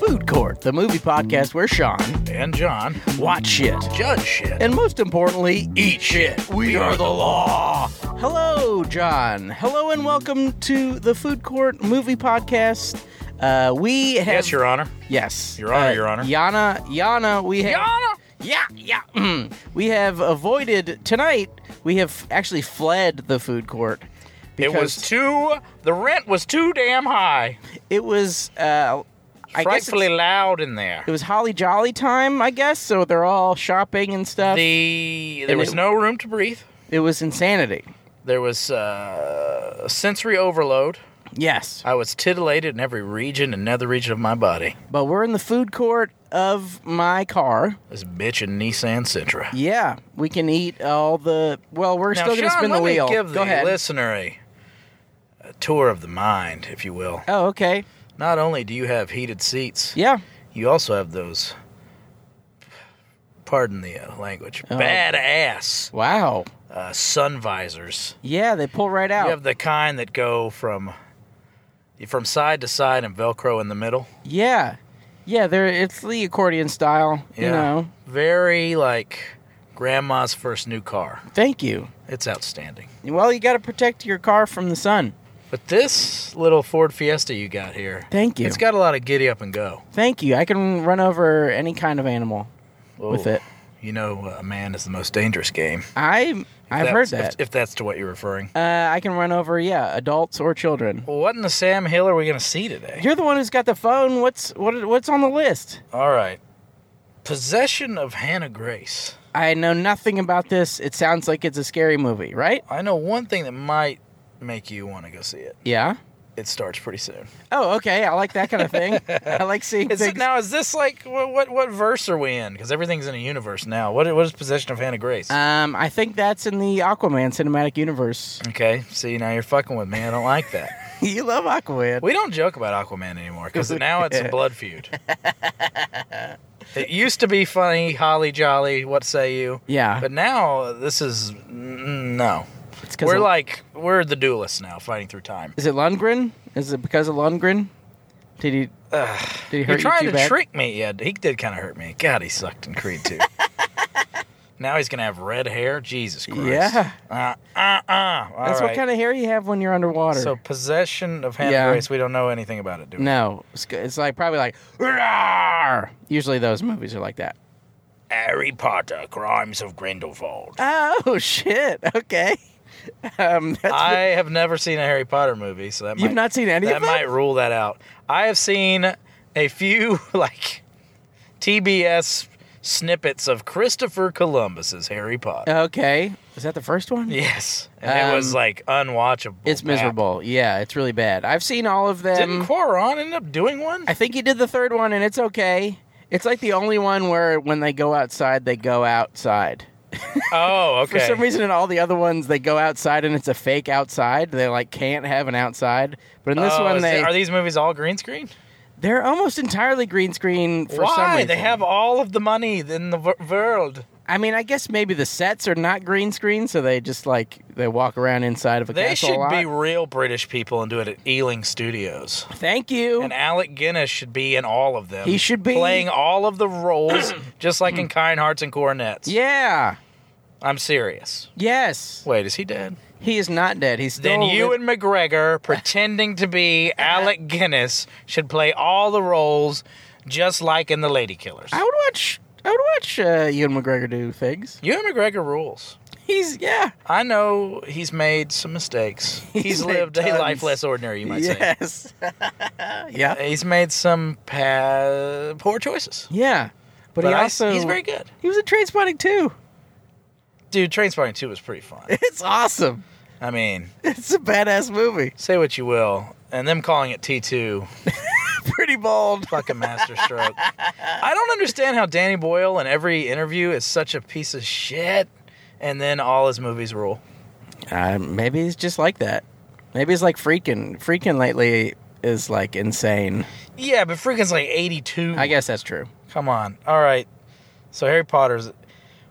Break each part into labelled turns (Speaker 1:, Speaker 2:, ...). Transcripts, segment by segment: Speaker 1: the movie podcast where Sean,
Speaker 2: and John
Speaker 1: watch shit,
Speaker 2: judge shit.
Speaker 1: and most importantly, eat shit.
Speaker 2: We are the law.
Speaker 1: Hello, John. Hello, and welcome to the Food Court Movie Podcast. Uh, we have
Speaker 2: Yes, Your Honor.
Speaker 1: yes, Uh,
Speaker 2: Your Honor, Your Honor.
Speaker 1: Yana, Yana. We have yeah, yeah. mm. We have avoided tonight. We have actually fled the food court.
Speaker 2: It was
Speaker 1: because
Speaker 2: too. The rent was too damn high.
Speaker 1: It was. Uh, I guess
Speaker 2: Frightfully
Speaker 1: it's-
Speaker 2: loud in there.
Speaker 1: it was Holly Jolly time. I guess so. They're all shopping and stuff.
Speaker 2: The there
Speaker 1: And
Speaker 2: was
Speaker 1: it-
Speaker 2: no room to breathe.
Speaker 1: it was insanity.
Speaker 2: There was uh, sensory overload.
Speaker 1: Yes,
Speaker 2: I was titillated in every region and nether region of my body.
Speaker 1: but we're in the food court of my car.
Speaker 2: This bitch in Nissan Sentra.
Speaker 1: Yeah, we can eat all the. Well, we're
Speaker 2: now,
Speaker 1: still
Speaker 2: Sean,
Speaker 1: gonna spin
Speaker 2: let
Speaker 1: the wheel.
Speaker 2: me give
Speaker 1: Go
Speaker 2: the
Speaker 1: ahead.
Speaker 2: listener a, a tour of the mind, if you will.
Speaker 1: Oh, okay.
Speaker 2: Not only do you have heated seats,
Speaker 1: Yeah.
Speaker 2: You also have those. Pardon the uh, language.
Speaker 1: Oh.
Speaker 2: Badass
Speaker 1: Wow.
Speaker 2: uh, sun visors.
Speaker 1: Yeah, they pull right out.
Speaker 2: You have the kind that go from from side to side and Velcro in the middle.
Speaker 1: yeah, yeah. They're it's the accordion style. You know.
Speaker 2: Very like grandma's first new car.
Speaker 1: Thank you.
Speaker 2: It's outstanding.
Speaker 1: Well, you got to protect your car from the sun.
Speaker 2: But this little Ford Fiesta you got here,
Speaker 1: Thank you.
Speaker 2: it's got a lot of giddy up and go.
Speaker 1: Thank you. I can run over any kind of animal with
Speaker 2: Oh,
Speaker 1: it.
Speaker 2: You know, a man is the most dangerous game.
Speaker 1: I I've heard
Speaker 2: That's-
Speaker 1: that.
Speaker 2: If, if that's to what you're referring.
Speaker 1: uh, I can run over yeah, adults or children.
Speaker 2: Well, what in the Sam Hill are we going to see today?
Speaker 1: You're the one who's got the phone. What's what what's on the list?
Speaker 2: All right. Possession of Hannah Grace.
Speaker 1: I know nothing about this. It sounds like it's a scary movie, right?
Speaker 2: I know one thing that might make you want to go see it.
Speaker 1: Yeah.
Speaker 2: It starts pretty soon.
Speaker 1: Oh, okay. I like that kind of thing. I like seeing
Speaker 2: Is it
Speaker 1: things.
Speaker 2: now? Is this like what what, what verse are we in? Because everything's in a universe now. What what is possession of Hannah Grace?
Speaker 1: um, I think that's in the Aquaman cinematic universe.
Speaker 2: okay, see now you're fucking with me. I don't like that.
Speaker 1: you love Aquaman.
Speaker 2: We don't joke about Aquaman anymore because now it's a blood feud. it used to be funny, Holly Jolly. What say you?
Speaker 1: yeah.
Speaker 2: But now this is mm, no.
Speaker 1: it's 'cause
Speaker 2: We're
Speaker 1: of-
Speaker 2: like we're the duelists now, fighting through time.
Speaker 1: Is it Lundgren? Is it because of Lundgren? Did he? did he hurt
Speaker 2: You're trying
Speaker 1: you too
Speaker 2: to
Speaker 1: bad?
Speaker 2: trick me. Yeah, he did kind of hurt me. God, he sucked in Creed too. now he's gonna have red hair. Jesus Christ.
Speaker 1: Yeah.
Speaker 2: Uh, uh, uh.
Speaker 1: That's what kind of hair you have when you're underwater.
Speaker 2: So possession of Hannah
Speaker 1: Yeah.
Speaker 2: Grace. We don't know anything about it, do we?
Speaker 1: no, it's, g- it's like probably like. "Rawr!" Usually those movies are like that.
Speaker 2: Harry Potter: Crimes of Grindelwald.
Speaker 1: Oh shit! Okay. Um, that's,
Speaker 2: I have never seen a Harry Potter movie, so that
Speaker 1: you've
Speaker 2: might,
Speaker 1: not seen any
Speaker 2: that
Speaker 1: of them.
Speaker 2: might rule that out. I have seen a few like TBS snippets of Christopher Columbus's Harry Potter.
Speaker 1: Okay. Is that the first one?
Speaker 2: Yes, and it was
Speaker 1: Um,
Speaker 2: like unwatchable.
Speaker 1: It's
Speaker 2: crap.
Speaker 1: miserable. Um, Yeah, it's really bad. I've seen all of them.
Speaker 2: Didn't Quaron end up doing one?
Speaker 1: I think he did the third one, and it's okay. It's like the only one where when they go outside, they go outside.
Speaker 2: Oh, okay.
Speaker 1: For some reason, in all the other ones, they go outside and it's a fake outside. They like can't have an outside, but in this
Speaker 2: Oh,
Speaker 1: one,
Speaker 2: is
Speaker 1: they
Speaker 2: it- are these movies all green screen?
Speaker 1: they're almost entirely green screen for
Speaker 2: Why?
Speaker 1: some reason.
Speaker 2: They have all of the money in the v- world.
Speaker 1: I mean, I guess maybe the sets are not green screen, so they just like they walk around inside of a
Speaker 2: They
Speaker 1: castle
Speaker 2: should
Speaker 1: a lot.
Speaker 2: be real British people and do it at Ealing Studios.
Speaker 1: Thank you.
Speaker 2: And Alec Guinness should be in all of them.
Speaker 1: He should be-
Speaker 2: playing all of the roles, just like in Kind Hearts and Coronets.
Speaker 1: yeah.
Speaker 2: I'm serious.
Speaker 1: Yes.
Speaker 2: Wait, is he dead?
Speaker 1: He is not dead. He's still
Speaker 2: Then you
Speaker 1: li-
Speaker 2: and McGregor, pretending to be Alec Guinness, should play all the roles, just like in The Lady Killers.
Speaker 1: I would watch. I would watch uh, Ewan McGregor do things.
Speaker 2: Ewan McGregor rules.
Speaker 1: He's yeah.
Speaker 2: I know he's made some mistakes. He's,
Speaker 1: He's made
Speaker 2: lived
Speaker 1: tons.
Speaker 2: a life less ordinary, you might
Speaker 1: yes. yeah.
Speaker 2: say. He's made some pa- poor choices.
Speaker 1: Yeah. But, he
Speaker 2: I-
Speaker 1: also
Speaker 2: he's very good.
Speaker 1: He was a train spotting too.
Speaker 2: Dude, Trainspotting 2 was pretty fun.
Speaker 1: It's awesome.
Speaker 2: I mean,
Speaker 1: It's a badass movie.
Speaker 2: say what you will, and them calling it T2,
Speaker 1: Pretty bold.
Speaker 2: fucking masterstroke. I don't understand how Danny Boyle in every interview is such a piece of shit, and then all his movies rule.
Speaker 1: Uh, maybe he's just like that. Maybe he's like freaking. Freaking lately is like insane.
Speaker 2: Yeah, but freaking's like 82.
Speaker 1: I guess that's true.
Speaker 2: Come on. All right. So Harry Potter's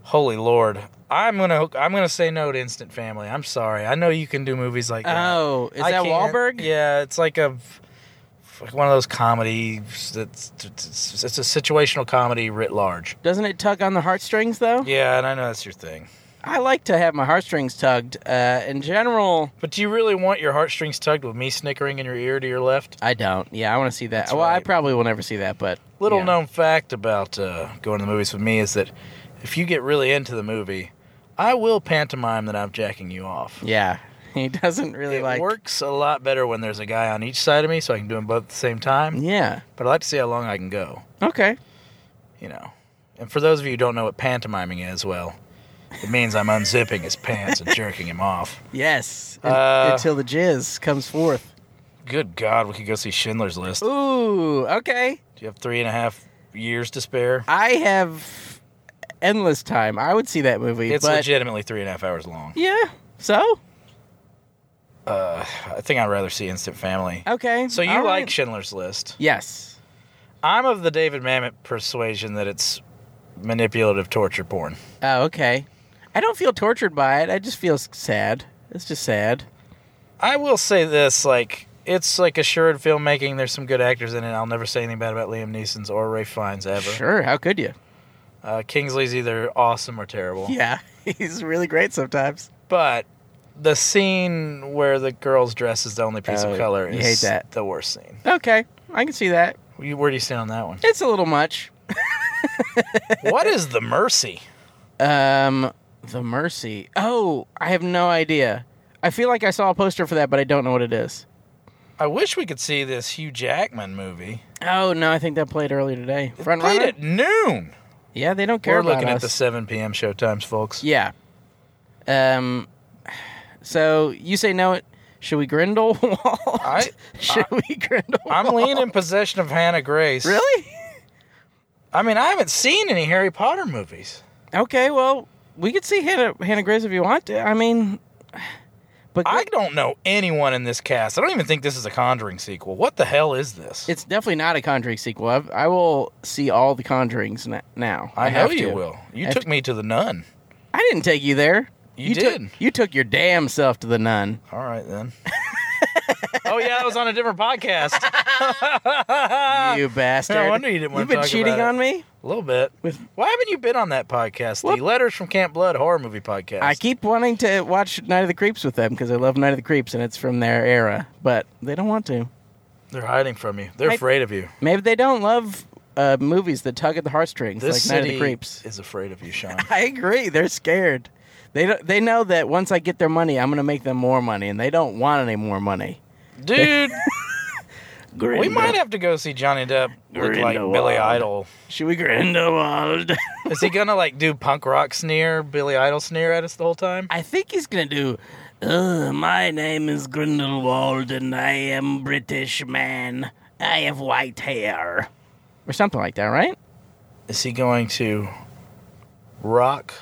Speaker 2: holy lord. I'm gonna I'm gonna say no to Instant Family. I'm sorry. I know you can do movies like that.
Speaker 1: Oh, is
Speaker 2: I
Speaker 1: that
Speaker 2: can't-
Speaker 1: Wahlberg?
Speaker 2: Yeah, it's like a one of those comedies that's it's it's a situational comedy writ large.
Speaker 1: Doesn't it tug on the heartstrings though?
Speaker 2: Yeah, and I know that's your thing.
Speaker 1: I like to have my heartstrings tugged. Uh, in general,
Speaker 2: But do you really want your heartstrings tugged with me snickering in your ear to your left?
Speaker 1: I don't. Yeah, I want to see that.
Speaker 2: That's
Speaker 1: well, I
Speaker 2: right.
Speaker 1: probably will never see that, but
Speaker 2: Little
Speaker 1: yeah.
Speaker 2: known fact about uh, going to the movies with me is that if you get really into the movie, I will pantomime that I'm jacking you off.
Speaker 1: Yeah, he doesn't really
Speaker 2: it
Speaker 1: like.
Speaker 2: works a lot better when there's a guy on each side of me, so I can do them both at the same time.
Speaker 1: Yeah.
Speaker 2: But I like to see how long I can go.
Speaker 1: Okay.
Speaker 2: you know. And for those of you who don't know what pantomiming is, well, it means I'm unzipping his pants and jerking him off.
Speaker 1: Yes.
Speaker 2: Uh,
Speaker 1: until the jizz comes forth.
Speaker 2: Good God, we could go see Schindler's List. Do
Speaker 1: Ooh. Okay.
Speaker 2: you have three and a half years to spare?
Speaker 1: I have endless time. I would see that movie.
Speaker 2: It's
Speaker 1: but
Speaker 2: legitimately three and a half hours long.
Speaker 1: Yeah. So
Speaker 2: Uh, I think I'd rather see Instant Family.
Speaker 1: okay.
Speaker 2: So you
Speaker 1: All
Speaker 2: like
Speaker 1: right.
Speaker 2: Schindler's List?
Speaker 1: yes.
Speaker 2: I'm of the David Mamet persuasion that it's manipulative torture porn.
Speaker 1: Oh, okay. I don't feel tortured by it. I just feel s- sad. It's just sad.
Speaker 2: I will say this, like it's like assured filmmaking. There's some good actors in it. I'll never say anything bad about Liam Neeson's or Ray Fiennes ever.
Speaker 1: Sure. How could you?
Speaker 2: Uh, Kingsley's either awesome or terrible.
Speaker 1: Yeah. He's really great sometimes.
Speaker 2: But the scene where the girl's dress is the only piece
Speaker 1: Oh,
Speaker 2: of color
Speaker 1: you
Speaker 2: is
Speaker 1: hate that.
Speaker 2: the worst scene.
Speaker 1: Okay. I can see that.
Speaker 2: You- Where do you stand on that one?
Speaker 1: It's a little much.
Speaker 2: what is the mercy?
Speaker 1: Um, The Mercy. Oh, I have no idea. I feel like I saw a poster for that, but I don't know what it is.
Speaker 2: I wish we could see this Hugh Jackman movie.
Speaker 1: Oh no, I think that played earlier today. Front
Speaker 2: Played
Speaker 1: runner.
Speaker 2: at noon.
Speaker 1: Yeah, they don't care
Speaker 2: We're
Speaker 1: about
Speaker 2: looking
Speaker 1: us.
Speaker 2: at the 7 p.m. showtimes, folks.
Speaker 1: Yeah. Um. So you say no? It should we Grindelwald?
Speaker 2: I-
Speaker 1: should we Grindelwald?
Speaker 2: I'm leaning in possession of Hannah Grace.
Speaker 1: Really?
Speaker 2: I mean, I haven't seen any Harry Potter movies.
Speaker 1: Okay. Well, we could see Hannah Hannah Grace if you want to. I mean, but
Speaker 2: I don't know anyone in this cast. I don't even think this is a Conjuring sequel. What the hell is this?
Speaker 1: it's definitely not a Conjuring sequel. I've, I will see all the Conjurings na- now.
Speaker 2: I, know
Speaker 1: have
Speaker 2: you
Speaker 1: to.
Speaker 2: will. You
Speaker 1: I have
Speaker 2: took me to the nun.
Speaker 1: I didn't take you there.
Speaker 2: You
Speaker 1: took-
Speaker 2: did.
Speaker 1: you took your damn self to the nun.
Speaker 2: All right then. oh yeah, that was on a different podcast.
Speaker 1: you bastard.
Speaker 2: no Ah, wonder you didn't wanna
Speaker 1: You've been
Speaker 2: talk about
Speaker 1: cheating
Speaker 2: it.
Speaker 1: on me.
Speaker 2: A little bit.
Speaker 1: With-
Speaker 2: Why haven't you been on that podcast?
Speaker 1: What?
Speaker 2: The Letters from Camp Blood horror movie podcast.
Speaker 1: I keep wanting to watch Night of the Creeps with them because I love Night of the Creeps and it's from their era, but they don't want to.
Speaker 2: They're hiding from you. They're
Speaker 1: I-
Speaker 2: afraid of you.
Speaker 1: Maybe they don't love uh, movies that tug at the heartstrings
Speaker 2: This
Speaker 1: like
Speaker 2: city
Speaker 1: Night of the Creeps.
Speaker 2: is afraid of you, Sean.
Speaker 1: I agree. They're scared. They don't, they know that once I get their money, I'm going to make them more money, and they don't want any more money.
Speaker 2: Dude, we
Speaker 1: Grindelwald.
Speaker 2: might have to go see Johnny Depp look like
Speaker 1: Grindelwald.
Speaker 2: Billy Idol.
Speaker 1: Should we Grindelwald?
Speaker 2: Is he gonna like do punk rock sneer, Billy Idol sneer at us the whole time?
Speaker 1: I think he's going to do. "Uh, my name is Grindelwald, and I am British man. I have white hair, or something like that, right?
Speaker 2: Is he going to rock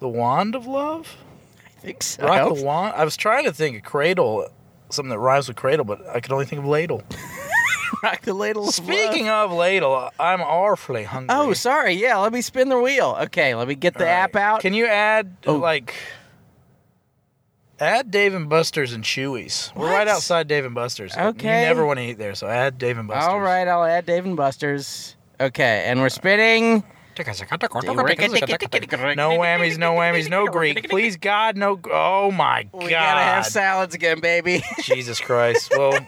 Speaker 2: the wand of love?
Speaker 1: think so.
Speaker 2: Rock the Wand. I was trying to think of cradle, something that rhymes with cradle, but I could only think of ladle.
Speaker 1: Rock the ladle. of
Speaker 2: Speaking of ladle, I'm awfully hungry.
Speaker 1: love. Oh, sorry. Yeah, let me spin the wheel. Okay, let me get the
Speaker 2: All right.
Speaker 1: app out.
Speaker 2: Can you add
Speaker 1: Oh.
Speaker 2: like add Dave and Buster's and Chewy's? We're
Speaker 1: What?
Speaker 2: right outside Dave and Buster's.
Speaker 1: Okay.
Speaker 2: You never want to eat there, so add Dave and Buster's.
Speaker 1: All right, I'll add Dave and Buster's. Okay, and we're spinning.
Speaker 2: No whammies, no whammies, no Greek. Please, God, no. Oh my God.
Speaker 1: We gotta have salads again, baby.
Speaker 2: Jesus Christ. Well,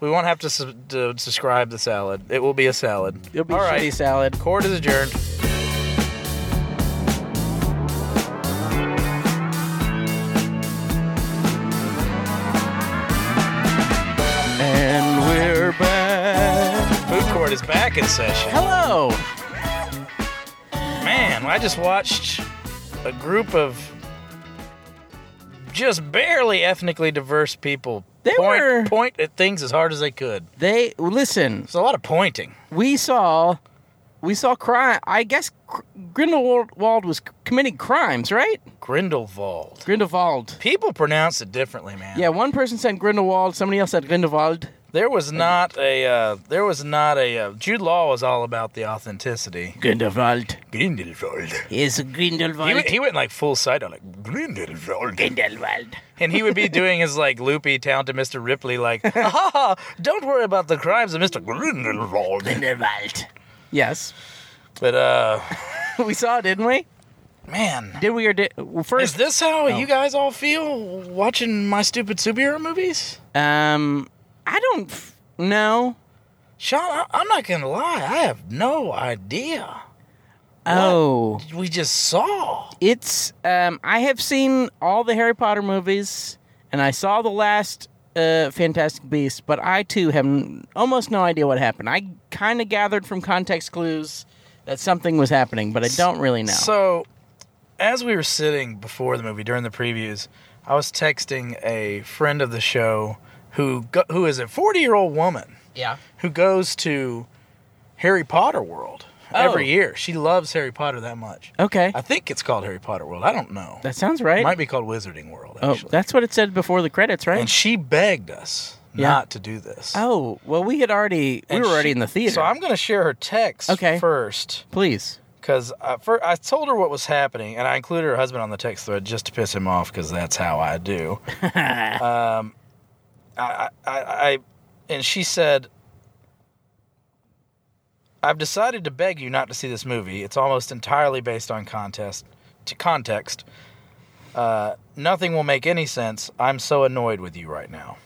Speaker 2: we won't have to, su- to subscribe the salad. It will be a salad.
Speaker 1: You'll be
Speaker 2: All right.
Speaker 1: shitty salad.
Speaker 2: Court is adjourned.
Speaker 1: And we're back.
Speaker 2: Food court is back in session.
Speaker 1: Hello.
Speaker 2: Man, I just watched a group of just barely ethnically diverse people
Speaker 1: They
Speaker 2: point,
Speaker 1: were-
Speaker 2: point at things as hard as they could.
Speaker 1: They listen.
Speaker 2: There's a lot of pointing.
Speaker 1: We saw, we saw crime. I guess Gr- Grindelwald was c- committing crimes, right?
Speaker 2: Grindelwald.
Speaker 1: Grindelwald.
Speaker 2: People pronounce it differently, man.
Speaker 1: Yeah, one person said Grindelwald. Somebody else said Grindelwald.
Speaker 2: There was not a uh, there was not a uh, Jude Law was all about the authenticity.
Speaker 1: Grindelwald.
Speaker 2: Grindelwald.
Speaker 1: Is
Speaker 2: He,
Speaker 1: Grindelwald.
Speaker 2: went- he went like full side on like Grindelwald.
Speaker 1: Grindelwald.
Speaker 2: And he would be doing his like loopy town to Mr. Ripley like, "Ah, ha, ha, don't worry about the crimes of Mr. Grindelwald.
Speaker 1: Grindelwald. Yes.
Speaker 2: But uh
Speaker 1: we saw, didn't we?
Speaker 2: man,
Speaker 1: Did we or did well,
Speaker 2: is
Speaker 1: first?
Speaker 2: this how you guys all feel watching my stupid superhero movies?
Speaker 1: Um, I don't f- know.
Speaker 2: Sean, I, I'm not gonna lie, I have no idea.
Speaker 1: Oh,
Speaker 2: We just saw.
Speaker 1: it's um. I have seen all the Harry Potter movies, and I saw the last uh Fantastic Beast, but I too have n- almost no idea what happened. I kind of gathered from context clues that something was happening, but I don't really know.
Speaker 2: So, as we were sitting before the movie during the previews, I was texting a friend of the show who go, who is a 40-year-old woman
Speaker 1: yeah.
Speaker 2: who goes to Harry Potter World
Speaker 1: Oh.
Speaker 2: every year. She loves Harry Potter that much.
Speaker 1: Okay.
Speaker 2: I think it's called Harry Potter World. I don't know.
Speaker 1: That sounds right.
Speaker 2: It might be called Wizarding World
Speaker 1: oh,
Speaker 2: actually.
Speaker 1: that's what it said before the credits, right?
Speaker 2: and she begged us
Speaker 1: Yeah.
Speaker 2: not to do this.
Speaker 1: oh, well, we had already we
Speaker 2: And
Speaker 1: were already
Speaker 2: she-
Speaker 1: in the theater.
Speaker 2: So I'm going to share her text
Speaker 1: Okay.
Speaker 2: first.
Speaker 1: Please.
Speaker 2: Because I, fir- I told her what was happening, and I included her husband on the text thread just to piss him off, because that's how I do. um, I, I, I, I- and she said, "I've decided to beg you not to see this movie. It's almost entirely based on contest to context. Uh, nothing will make any sense. I'm so annoyed with you right now."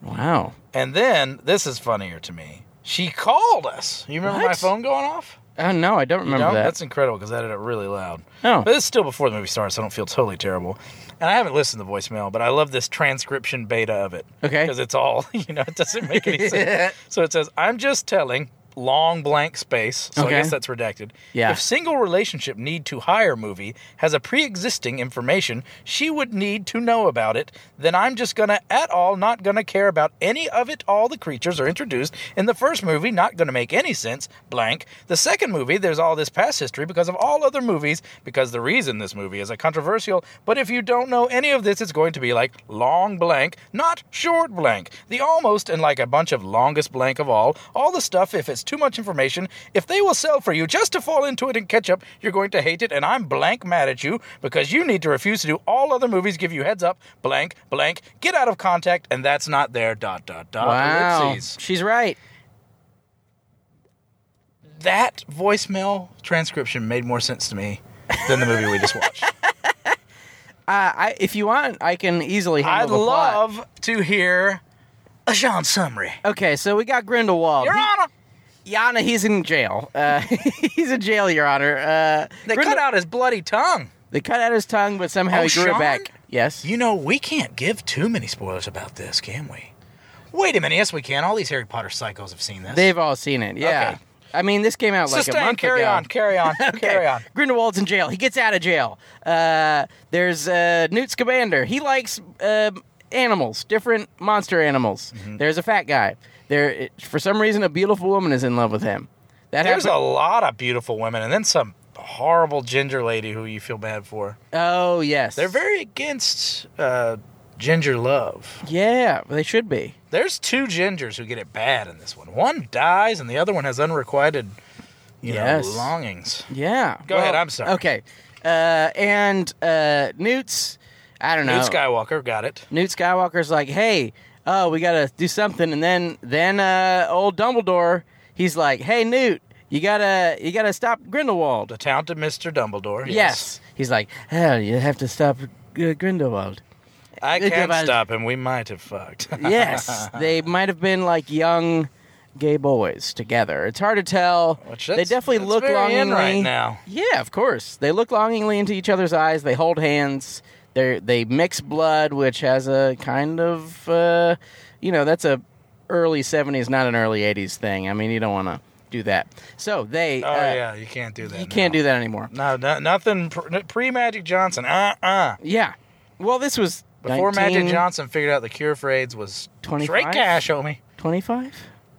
Speaker 1: Wow.
Speaker 2: And then this is funnier to me. She called us. You remember my
Speaker 1: What?
Speaker 2: phone going off?
Speaker 1: Oh no, I don't remember
Speaker 2: No,
Speaker 1: that.
Speaker 2: that's incredible because that ended up really loud.
Speaker 1: Oh.
Speaker 2: But this is still before the movie starts, so I don't feel totally terrible. And I haven't listened to the voicemail, but I love this transcription beta of it.
Speaker 1: Okay.
Speaker 2: Because it's all, you know, it doesn't make any sense. So it says, I'm just telling, long blank space. So
Speaker 1: Okay.
Speaker 2: I guess that's redacted.
Speaker 1: Yeah.
Speaker 2: If single relationship need to hire movie has a pre existing information she would need to know about it, then I'm just gonna at all not gonna care about any of it all the creatures are introduced in the first movie, not gonna make any sense, blank. The second movie, there's all this past history because of all other movies, because the reason this movie is a controversial, but if you don't know any of this, it's going to be like long blank, not short blank. The almost and like a bunch of longest blank of all, all the stuff if it's too much information, if they will sell for you just to fall into it and catch up, you're going to hate it, and I'm blank mad at you because you need to refuse to do all other movies give you heads up, blank, blank, get out of contact, and that's not there, dot, dot, dot,
Speaker 1: wow.
Speaker 2: ellipses.
Speaker 1: She's right.
Speaker 2: That voicemail transcription made more sense to me than the movie we just watched.
Speaker 1: Uh, I, if you want, I can easily handle
Speaker 2: I'd
Speaker 1: the plot.
Speaker 2: love to hear a Jean summary.
Speaker 1: Okay, so we got Grindelwald.
Speaker 2: Your Honor,
Speaker 1: He- Yana, he's in jail. Uh, he's in jail, Your Honor. Uh,
Speaker 2: they
Speaker 1: Grindel-
Speaker 2: cut out his bloody tongue.
Speaker 1: They cut out his tongue, but somehow
Speaker 2: Oh,
Speaker 1: he grew
Speaker 2: Sean?
Speaker 1: it back. Yes.
Speaker 2: You know, we can't give too many spoilers about this, can we? Wait a minute. Yes, we can. All these Harry Potter psychos have seen this.
Speaker 1: They've all seen it. Yeah.
Speaker 2: Okay.
Speaker 1: I mean, this came out like
Speaker 2: Sustain.
Speaker 1: a month
Speaker 2: carry
Speaker 1: ago.
Speaker 2: on. Carry on. Carry on.
Speaker 1: Grindelwald's in jail. He gets out of jail. Uh, there's uh, Newt Scamander. He likes um animals, different monster animals.
Speaker 2: Mm-hmm.
Speaker 1: There's a fat guy. There, it, for some reason, a beautiful woman is in love with him. That
Speaker 2: There's a
Speaker 1: happened.
Speaker 2: lot of beautiful women, and then some horrible ginger lady who you feel bad for.
Speaker 1: oh yes,
Speaker 2: They're very against uh, ginger love.
Speaker 1: Yeah, they should be.
Speaker 2: There's two gingers who get it bad in this one. One dies, and the other one has unrequited, you
Speaker 1: Yes.
Speaker 2: know, longings.
Speaker 1: Yeah.
Speaker 2: Go ahead, I'm sorry.
Speaker 1: Okay. Uh, and uh, Newt's, I don't know.
Speaker 2: Newt Skywalker got it.
Speaker 1: Newt Skywalker's like, hey, oh, we gotta do something, and then then uh, old Dumbledore, he's like, hey, Newt, you gotta you gotta stop Grindelwald.
Speaker 2: The talented Mr. Dumbledore.
Speaker 1: Yes. He's like, hell, you have to stop uh, Grindelwald.
Speaker 2: I
Speaker 1: Good
Speaker 2: can't
Speaker 1: job, I-
Speaker 2: stop him. We might have fucked.
Speaker 1: Yes, they might have been like young gay boys together. It's hard to tell.
Speaker 2: Which
Speaker 1: they
Speaker 2: that's-
Speaker 1: definitely
Speaker 2: that's
Speaker 1: look
Speaker 2: very in
Speaker 1: longingly
Speaker 2: right now.
Speaker 1: Yeah, of course. They look longingly into each other's eyes. They hold hands. They they mix blood, which has a kind of uh, you know that's a early '70s, not an early '80s thing. I mean, you don't want to do that. So they.
Speaker 2: Oh
Speaker 1: uh,
Speaker 2: yeah, you can't do that.
Speaker 1: You can't do that anymore.
Speaker 2: No, no nothing pre Magic Johnson. Uh uh
Speaker 1: Yeah. Well, this was
Speaker 2: Before Magic
Speaker 1: 1925?
Speaker 2: Johnson figured out the cure for AIDS was
Speaker 1: 25?
Speaker 2: straight cash, homie.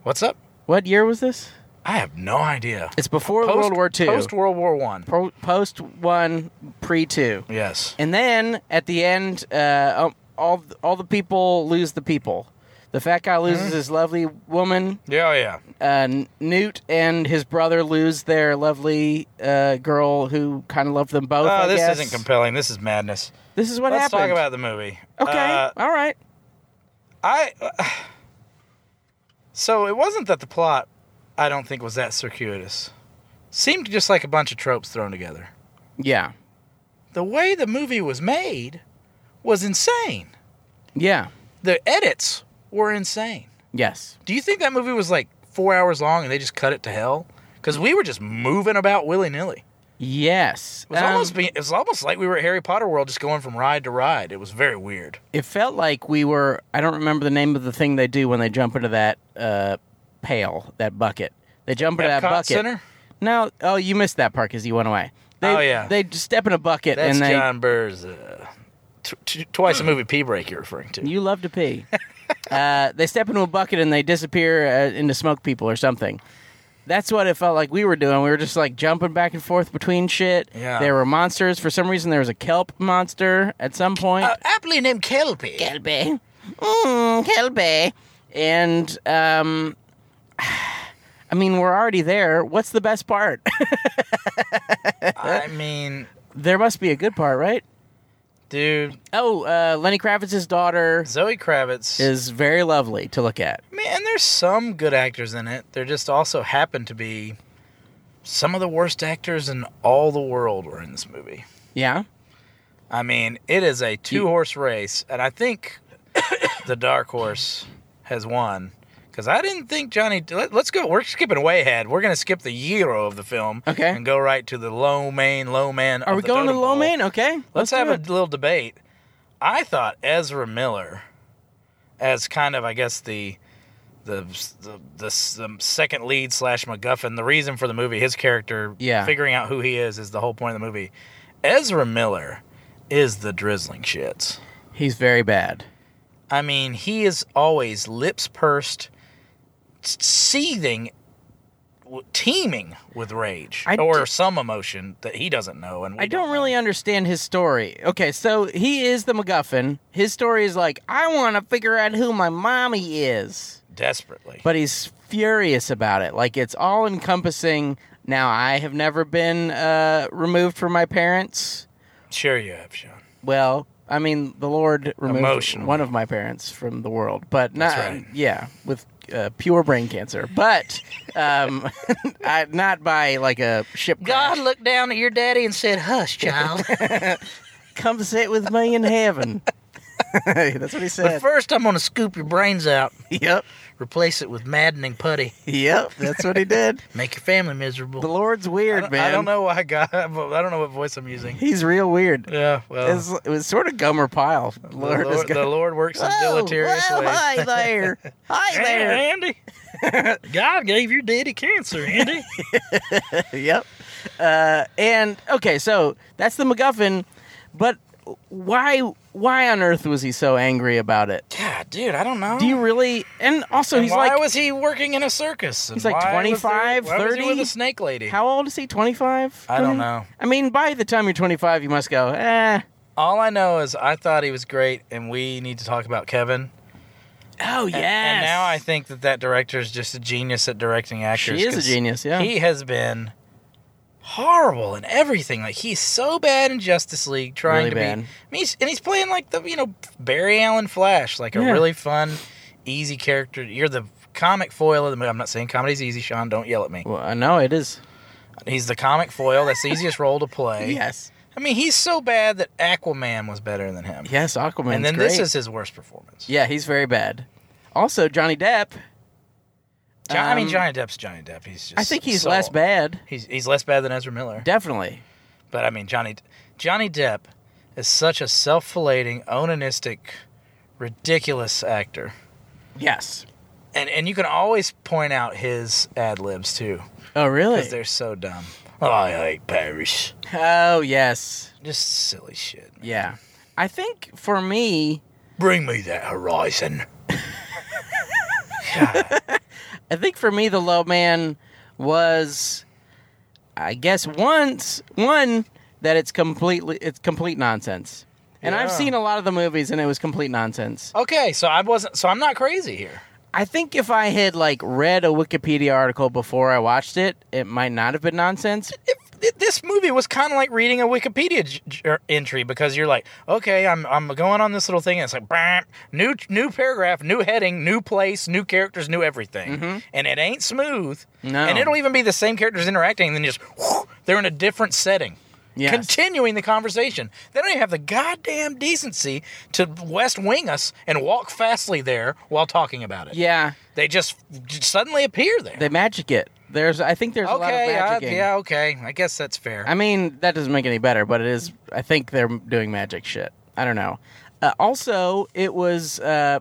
Speaker 2: What's up?
Speaker 1: What year was this?
Speaker 2: I have no idea.
Speaker 1: It's before
Speaker 2: Post-
Speaker 1: World War II.
Speaker 2: Post World War One.
Speaker 1: Pro, post one, pre two,
Speaker 2: Yes.
Speaker 1: and then at the end, uh, um, all all the people lose the people. The fat guy loses
Speaker 2: Mm.
Speaker 1: his lovely woman.
Speaker 2: Yeah, oh, yeah.
Speaker 1: Uh, Newt and his brother lose their lovely uh, girl who kind of loved them both.
Speaker 2: Oh,
Speaker 1: I
Speaker 2: this
Speaker 1: guess.
Speaker 2: isn't compelling. This is madness.
Speaker 1: This is what
Speaker 2: Let's
Speaker 1: happened.
Speaker 2: talk about the movie.
Speaker 1: Okay,
Speaker 2: Uh,
Speaker 1: all right.
Speaker 2: I. uh, so it wasn't that the plot, I don't think, was that circuitous. Seemed just like a bunch of tropes thrown together.
Speaker 1: Yeah,
Speaker 2: The way the movie was made was insane.
Speaker 1: yeah,
Speaker 2: The edits were insane.
Speaker 1: yes.
Speaker 2: Do you think that movie was like four hours long and they just cut it to hell? Because we were just moving about willy nilly.
Speaker 1: Yes.
Speaker 2: It was
Speaker 1: Um,
Speaker 2: almost be, it was almost like we were at Harry Potter world, just going from ride to ride. It was very weird.
Speaker 1: it felt like we were I don't remember the name of the thing they do when they jump into that uh, pail, that bucket. They jump into that
Speaker 2: Epcot
Speaker 1: bucket.
Speaker 2: Center?
Speaker 1: No, oh you missed that part cuz you went away. They,
Speaker 2: Oh, yeah.
Speaker 1: They just step in a bucket
Speaker 2: That's
Speaker 1: and they
Speaker 2: John Burr's uh, t- t- twice a movie pee break. You're referring to.
Speaker 1: you love to pee. uh, they step into a bucket and they disappear uh, into smoke people or something. That's what it felt like we were doing. We were just like jumping back and forth between shit.
Speaker 2: Yeah.
Speaker 1: There were monsters. For some reason, there was a kelp monster at some point.
Speaker 2: Uh, aptly named Kelpie.
Speaker 1: Kelby. Mmm, Kelby. And, um, I mean, we're already there. What's the best part?
Speaker 2: I mean,
Speaker 1: there must be a good part, right?
Speaker 2: dude,
Speaker 1: Oh, uh, Lenny Kravitz's daughter
Speaker 2: Zoe Kravitz.
Speaker 1: is very lovely to look at.
Speaker 2: man, there's some good actors in it. There just also happen to be some of the worst actors in all the world were in this movie.
Speaker 1: Yeah?
Speaker 2: I mean, it is a two horse race, and I think the dark horse has won. Because I didn't think Johnny. Let, us go. We're skipping way ahead. We're going to skip the hero of the film.
Speaker 1: Okay.
Speaker 2: And go right to the low main, low man.
Speaker 1: Are
Speaker 2: of
Speaker 1: we
Speaker 2: the
Speaker 1: going to the
Speaker 2: totem
Speaker 1: low
Speaker 2: pole.
Speaker 1: main? Okay.
Speaker 2: Let's, have
Speaker 1: do
Speaker 2: a little debate. I thought Ezra Miller, as kind of, I guess the the the, the, the second lead slash MacGuffin, the reason for the movie, his character,
Speaker 1: Yeah.
Speaker 2: figuring out who he is, is the whole point of the movie. Ezra Miller is the drizzling shits.
Speaker 1: He's very bad.
Speaker 2: I mean, he is always lips pursed, s- seething, w- teeming with rage
Speaker 1: I
Speaker 2: or
Speaker 1: d-
Speaker 2: some emotion that he doesn't know. And we
Speaker 1: I don't
Speaker 2: know.
Speaker 1: really understand his story. Okay, so he is the MacGuffin. His story is like, I want to figure out who my mommy is.
Speaker 2: desperately.
Speaker 1: but he's furious about it. Like it's all encompassing. Now I have never been uh, removed from my parents.
Speaker 2: sure, you have, Sean.
Speaker 1: Well, I mean, the Lord removed
Speaker 2: Emotionally.
Speaker 1: one of my parents from the world, but not
Speaker 2: right.
Speaker 1: yeah with uh, pure brain cancer, but um, I, not by like a ship. crash.
Speaker 2: looked down at your daddy and said, "Hush, child."
Speaker 1: come sit with me in heaven. That's what he said.
Speaker 2: but first, I'm going to scoop your brains out,
Speaker 1: yep,
Speaker 2: replace it with maddening putty,
Speaker 1: yep. That's what he did.
Speaker 2: make your family
Speaker 1: The
Speaker 2: miserable.
Speaker 1: Lord's
Speaker 2: I
Speaker 1: weird,
Speaker 2: don't,
Speaker 1: man.
Speaker 2: I don't know why I got. I don't know what voice I'm using.
Speaker 1: He's real weird.
Speaker 2: Yeah, well,
Speaker 1: It's- it was sort of Gummer Pile.
Speaker 2: the, Lord,
Speaker 1: is
Speaker 2: the Lord works in
Speaker 1: Whoa,
Speaker 2: deleterious
Speaker 1: whoa,
Speaker 2: ways.
Speaker 1: Hi there. Hi there.
Speaker 2: Andy, God gave your daddy cancer, Andy.
Speaker 1: yep. Uh, and okay, so that's the MacGuffin, but why why on earth was he so angry about it?
Speaker 2: God, dude, I don't know.
Speaker 1: Do you really? And also,
Speaker 2: And
Speaker 1: he's
Speaker 2: why
Speaker 1: like,
Speaker 2: was he working in a circus? And
Speaker 1: He's like
Speaker 2: why was
Speaker 1: 25,
Speaker 2: there- why was he with
Speaker 1: 30?
Speaker 2: a snake lady?
Speaker 1: how old is he? Twenty five.
Speaker 2: I don't know.
Speaker 1: I mean, by the time you're twenty five, you must go. Eh.
Speaker 2: All I know is I thought he was great, and we need to talk about Kevin.
Speaker 1: Oh yes.
Speaker 2: And now I think that that director is just a genius at directing actors.
Speaker 1: She is a
Speaker 2: 'cause
Speaker 1: genius, yeah.
Speaker 2: He has been horrible in everything. Like he's so bad in Justice League, trying
Speaker 1: Really
Speaker 2: to
Speaker 1: bad.
Speaker 2: be. I mean, he's, and he's playing like the you know Barry Allen Flash, like
Speaker 1: Yeah.
Speaker 2: a really fun, easy character. You're the comic foil of the movie. I'm not saying comedy's easy, Sean. Don't yell at me.
Speaker 1: Well, I know it is.
Speaker 2: He's the comic foil. That's the easiest role to play.
Speaker 1: Yes.
Speaker 2: I mean, he's so bad that Aquaman was better than him.
Speaker 1: Yes, Aquaman.
Speaker 2: and then
Speaker 1: great.
Speaker 2: this is his worst performance.
Speaker 1: Yeah, he's very bad. Also, Johnny Depp.
Speaker 2: Jo- I mean,
Speaker 1: um,
Speaker 2: Johnny Depp's Johnny Depp. He's just.
Speaker 1: I think he's
Speaker 2: so-
Speaker 1: less bad.
Speaker 2: He's he's less bad than Ezra Miller.
Speaker 1: Definitely.
Speaker 2: But I mean, Johnny Johnny Depp is such a self-filating, onanistic, ridiculous actor,
Speaker 1: Yes.
Speaker 2: and and you can always point out his ad libs too
Speaker 1: Oh,
Speaker 2: because
Speaker 1: really?
Speaker 2: they're so dumb. Oh, I hate Paris.
Speaker 1: Oh, yes.
Speaker 2: Just silly shit.
Speaker 1: Yeah. I think for me,
Speaker 2: Bring me that horizon.
Speaker 1: I think for me, the low man was, I guess, once one that it's completely it's complete nonsense, And I've
Speaker 2: Yeah.
Speaker 1: seen a lot of the movies, and it was complete nonsense.
Speaker 2: Okay, so I wasn't. So I'm not crazy here.
Speaker 1: I think if I had like read a Wikipedia article before I watched it, it might not have been nonsense.
Speaker 2: If, if this movie was kind of like reading a Wikipedia j- j- er, entry because you're like, okay, I'm I'm going on this little thing. And it's like, bam, new new paragraph, new heading, new place, new characters, new everything, and it ain't smooth.
Speaker 1: Mm-hmm. No.
Speaker 2: and it'll even be the same characters interacting, and then just whoo, they're in a different setting.
Speaker 1: Yes.
Speaker 2: Continuing the conversation, they don't even have the goddamn decency to West Wing us and walk fastly there while talking about it.
Speaker 1: Yeah,
Speaker 2: They just j- suddenly appear there.
Speaker 1: they magic it. There's, I think there's a lot of
Speaker 2: Okay, I-
Speaker 1: magic.
Speaker 2: yeah, okay. I guess that's fair.
Speaker 1: I mean, that doesn't make any better, but it is. I think they're doing magic shit. I don't know. Uh, also, it was uh,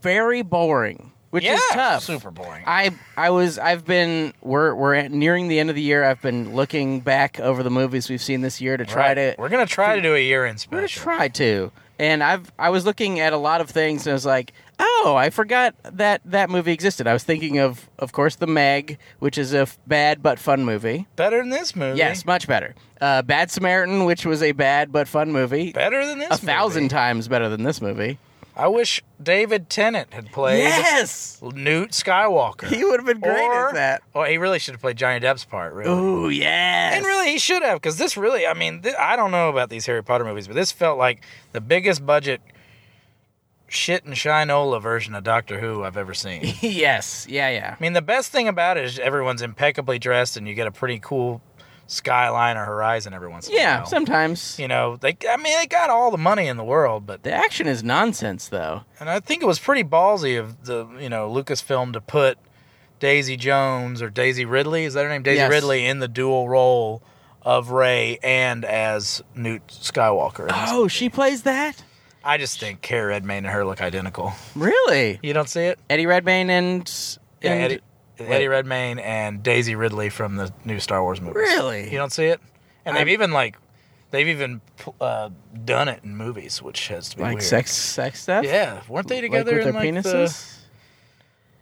Speaker 1: very boring, which
Speaker 2: yeah,
Speaker 1: is tough.
Speaker 2: super boring.
Speaker 1: I I was I've been we're we're nearing the end of the year. I've been looking back over the movies we've seen this year to try
Speaker 2: Right.
Speaker 1: to
Speaker 2: We're gonna try to do a year-end
Speaker 1: we're gonna
Speaker 2: special.
Speaker 1: try to. And I've I was looking at a lot of things and I was like, oh, I forgot that that movie existed. I was thinking of of course the Meg, which is a f- bad but fun movie.
Speaker 2: Better than this movie.
Speaker 1: Yes, much better. Uh, Bad Samaritan, which was a bad but fun movie,
Speaker 2: Better than this.
Speaker 1: a thousand
Speaker 2: Movie.
Speaker 1: times better than this movie.
Speaker 2: I wish David Tennant had played
Speaker 1: Yes,
Speaker 2: Newt Skywalker.
Speaker 1: he would have been great
Speaker 2: or,
Speaker 1: at that.
Speaker 2: Oh, he really should have played Johnny Depp's part. Really.
Speaker 1: Ooh, yes.
Speaker 2: And really, he should have, because this really, I mean, th- I don't know about these Harry Potter movies, but this felt like the biggest budget shit and shinola version of Doctor Who I've ever seen.
Speaker 1: yes, yeah, yeah.
Speaker 2: I mean, the best thing about it is everyone's impeccably dressed, and you get a pretty cool skyline or horizon every once in a
Speaker 1: Yeah,
Speaker 2: while.
Speaker 1: sometimes.
Speaker 2: you know, they. I mean, they got all the money in the world, but
Speaker 1: The action is nonsense, though.
Speaker 2: and I think it was pretty ballsy of the you know Lucasfilm to put Daisy Jones or Daisy Ridley is that her name? Daisy
Speaker 1: Yes.
Speaker 2: Ridley in the dual role of Ray and as Newt Skywalker. in this
Speaker 1: Oh,
Speaker 2: movie.
Speaker 1: she plays that?
Speaker 2: I just think Cara Redmayne and her look identical.
Speaker 1: Really?
Speaker 2: You don't see it?
Speaker 1: Eddie Redmayne and.
Speaker 2: Yeah,
Speaker 1: and-
Speaker 2: Eddie, Eddie Redmayne and Daisy Ridley from the new Star Wars movies.
Speaker 1: Really?
Speaker 2: You don't see it? And
Speaker 1: I'm-
Speaker 2: they've even like, they've even uh, done it in movies, which has to be
Speaker 1: Like
Speaker 2: weird.
Speaker 1: sex sex stuff?
Speaker 2: Yeah, weren't they
Speaker 1: Like
Speaker 2: together
Speaker 1: with their
Speaker 2: in like
Speaker 1: penises?
Speaker 2: The,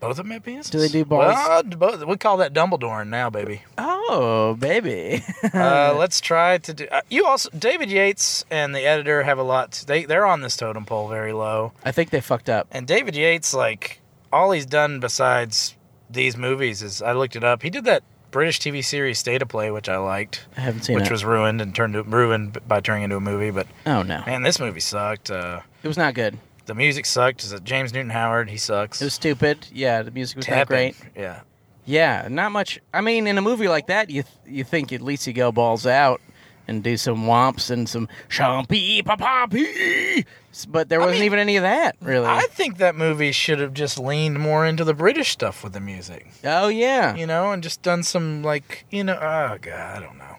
Speaker 2: both of them had penises.
Speaker 1: Do they do balls?
Speaker 2: Well, d- both, we call that Dumbledore now, baby.
Speaker 1: Oh, baby.
Speaker 2: Uh, let's try to do. Uh, you also, David Yates and the editor have a lot. To, they they're on this totem pole very low.
Speaker 1: I think they fucked up.
Speaker 2: And David Yates, like all he's done besides these movies is I looked it up. He did that British TV series State of Play, which I liked,
Speaker 1: I haven't seen
Speaker 2: which
Speaker 1: it.
Speaker 2: was ruined and turned to, ruined by turning into a movie. But
Speaker 1: oh, no.
Speaker 2: man, this movie sucked. Uh,
Speaker 1: It was not good.
Speaker 2: the music sucked. Is it James Newton Howard? He sucks.
Speaker 1: It was stupid. Yeah, the music was not
Speaker 2: Tapping.
Speaker 1: great.
Speaker 2: Yeah.
Speaker 1: Yeah, not much. I mean, in a movie like that, you th- you think at least you go balls out and do some womps and some champy papapi. But there wasn't
Speaker 2: mean,
Speaker 1: even any of that, really.
Speaker 2: I think that movie should have just leaned more into the British stuff with the music,
Speaker 1: oh, yeah.
Speaker 2: you know, and just done some like, you know, oh god, I don't know,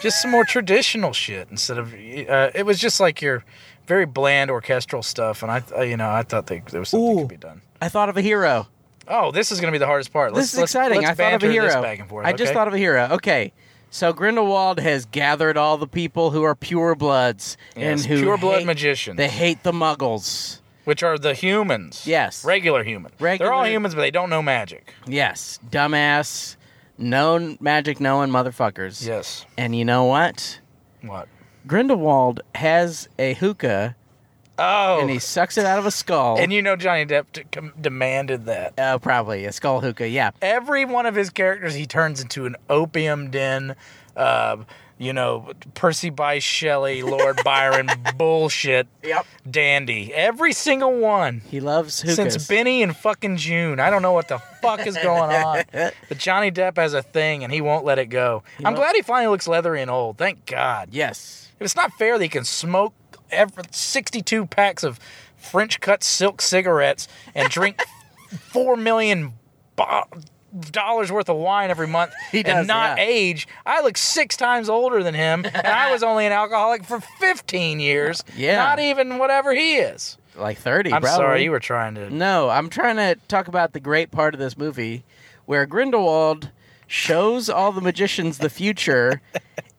Speaker 2: just some more traditional shit instead of. Uh, it was just like your very bland orchestral stuff, and I, I- you know, I thought they, there was something
Speaker 1: Ooh.
Speaker 2: could be done.
Speaker 1: I thought of a hero.
Speaker 2: Oh, this is gonna be the hardest part.
Speaker 1: this
Speaker 2: Let's,
Speaker 1: is
Speaker 2: let's-
Speaker 1: exciting.
Speaker 2: let's
Speaker 1: I thought of a
Speaker 2: banter
Speaker 1: hero.
Speaker 2: This back and forth,
Speaker 1: I just
Speaker 2: okay?
Speaker 1: thought of a hero. Okay. So Grindelwald has gathered all the people who are pure bloods
Speaker 2: Yes,
Speaker 1: and who
Speaker 2: pure blood
Speaker 1: hate-
Speaker 2: magicians.
Speaker 1: They hate the muggles.
Speaker 2: which are the humans.
Speaker 1: Yes.
Speaker 2: regular human. They're all
Speaker 1: Regular-
Speaker 2: humans, but they don't know magic.
Speaker 1: Yes, dumbass, known magic knowing motherfuckers.
Speaker 2: Yes.
Speaker 1: And you know what?
Speaker 2: What?
Speaker 1: Grindelwald has a hookah
Speaker 2: Oh,
Speaker 1: and he sucks it out of a skull.
Speaker 2: and you know Johnny Depp d- com- demanded that.
Speaker 1: uh, probably a skull hookah, yeah.
Speaker 2: every one of his characters he turns into an opium den uh, you know percy bysshe shelley lord byron bullshit
Speaker 1: Yep.
Speaker 2: dandy every single one
Speaker 1: He loves hookahs.
Speaker 2: since benny and fucking june i don't know what the fuck is going on but johnny depp has a thing and he won't let it go i'm
Speaker 1: won't-
Speaker 2: glad he finally looks leathery and old thank god
Speaker 1: Yes.
Speaker 2: it's not fair that he can smoke every 62 packs of French cut silk cigarettes and drink four million bo- dollars worth of wine every month
Speaker 1: He does,
Speaker 2: and not
Speaker 1: yeah.
Speaker 2: age. I look six times older than him, and I was only an alcoholic for 15 years.
Speaker 1: Yeah.
Speaker 2: not even whatever he is.
Speaker 1: Like 30,
Speaker 2: I'm
Speaker 1: probably.
Speaker 2: sorry, you were trying to.
Speaker 1: No, I'm trying to talk about the great part of this movie where Grindelwald shows all the magicians the future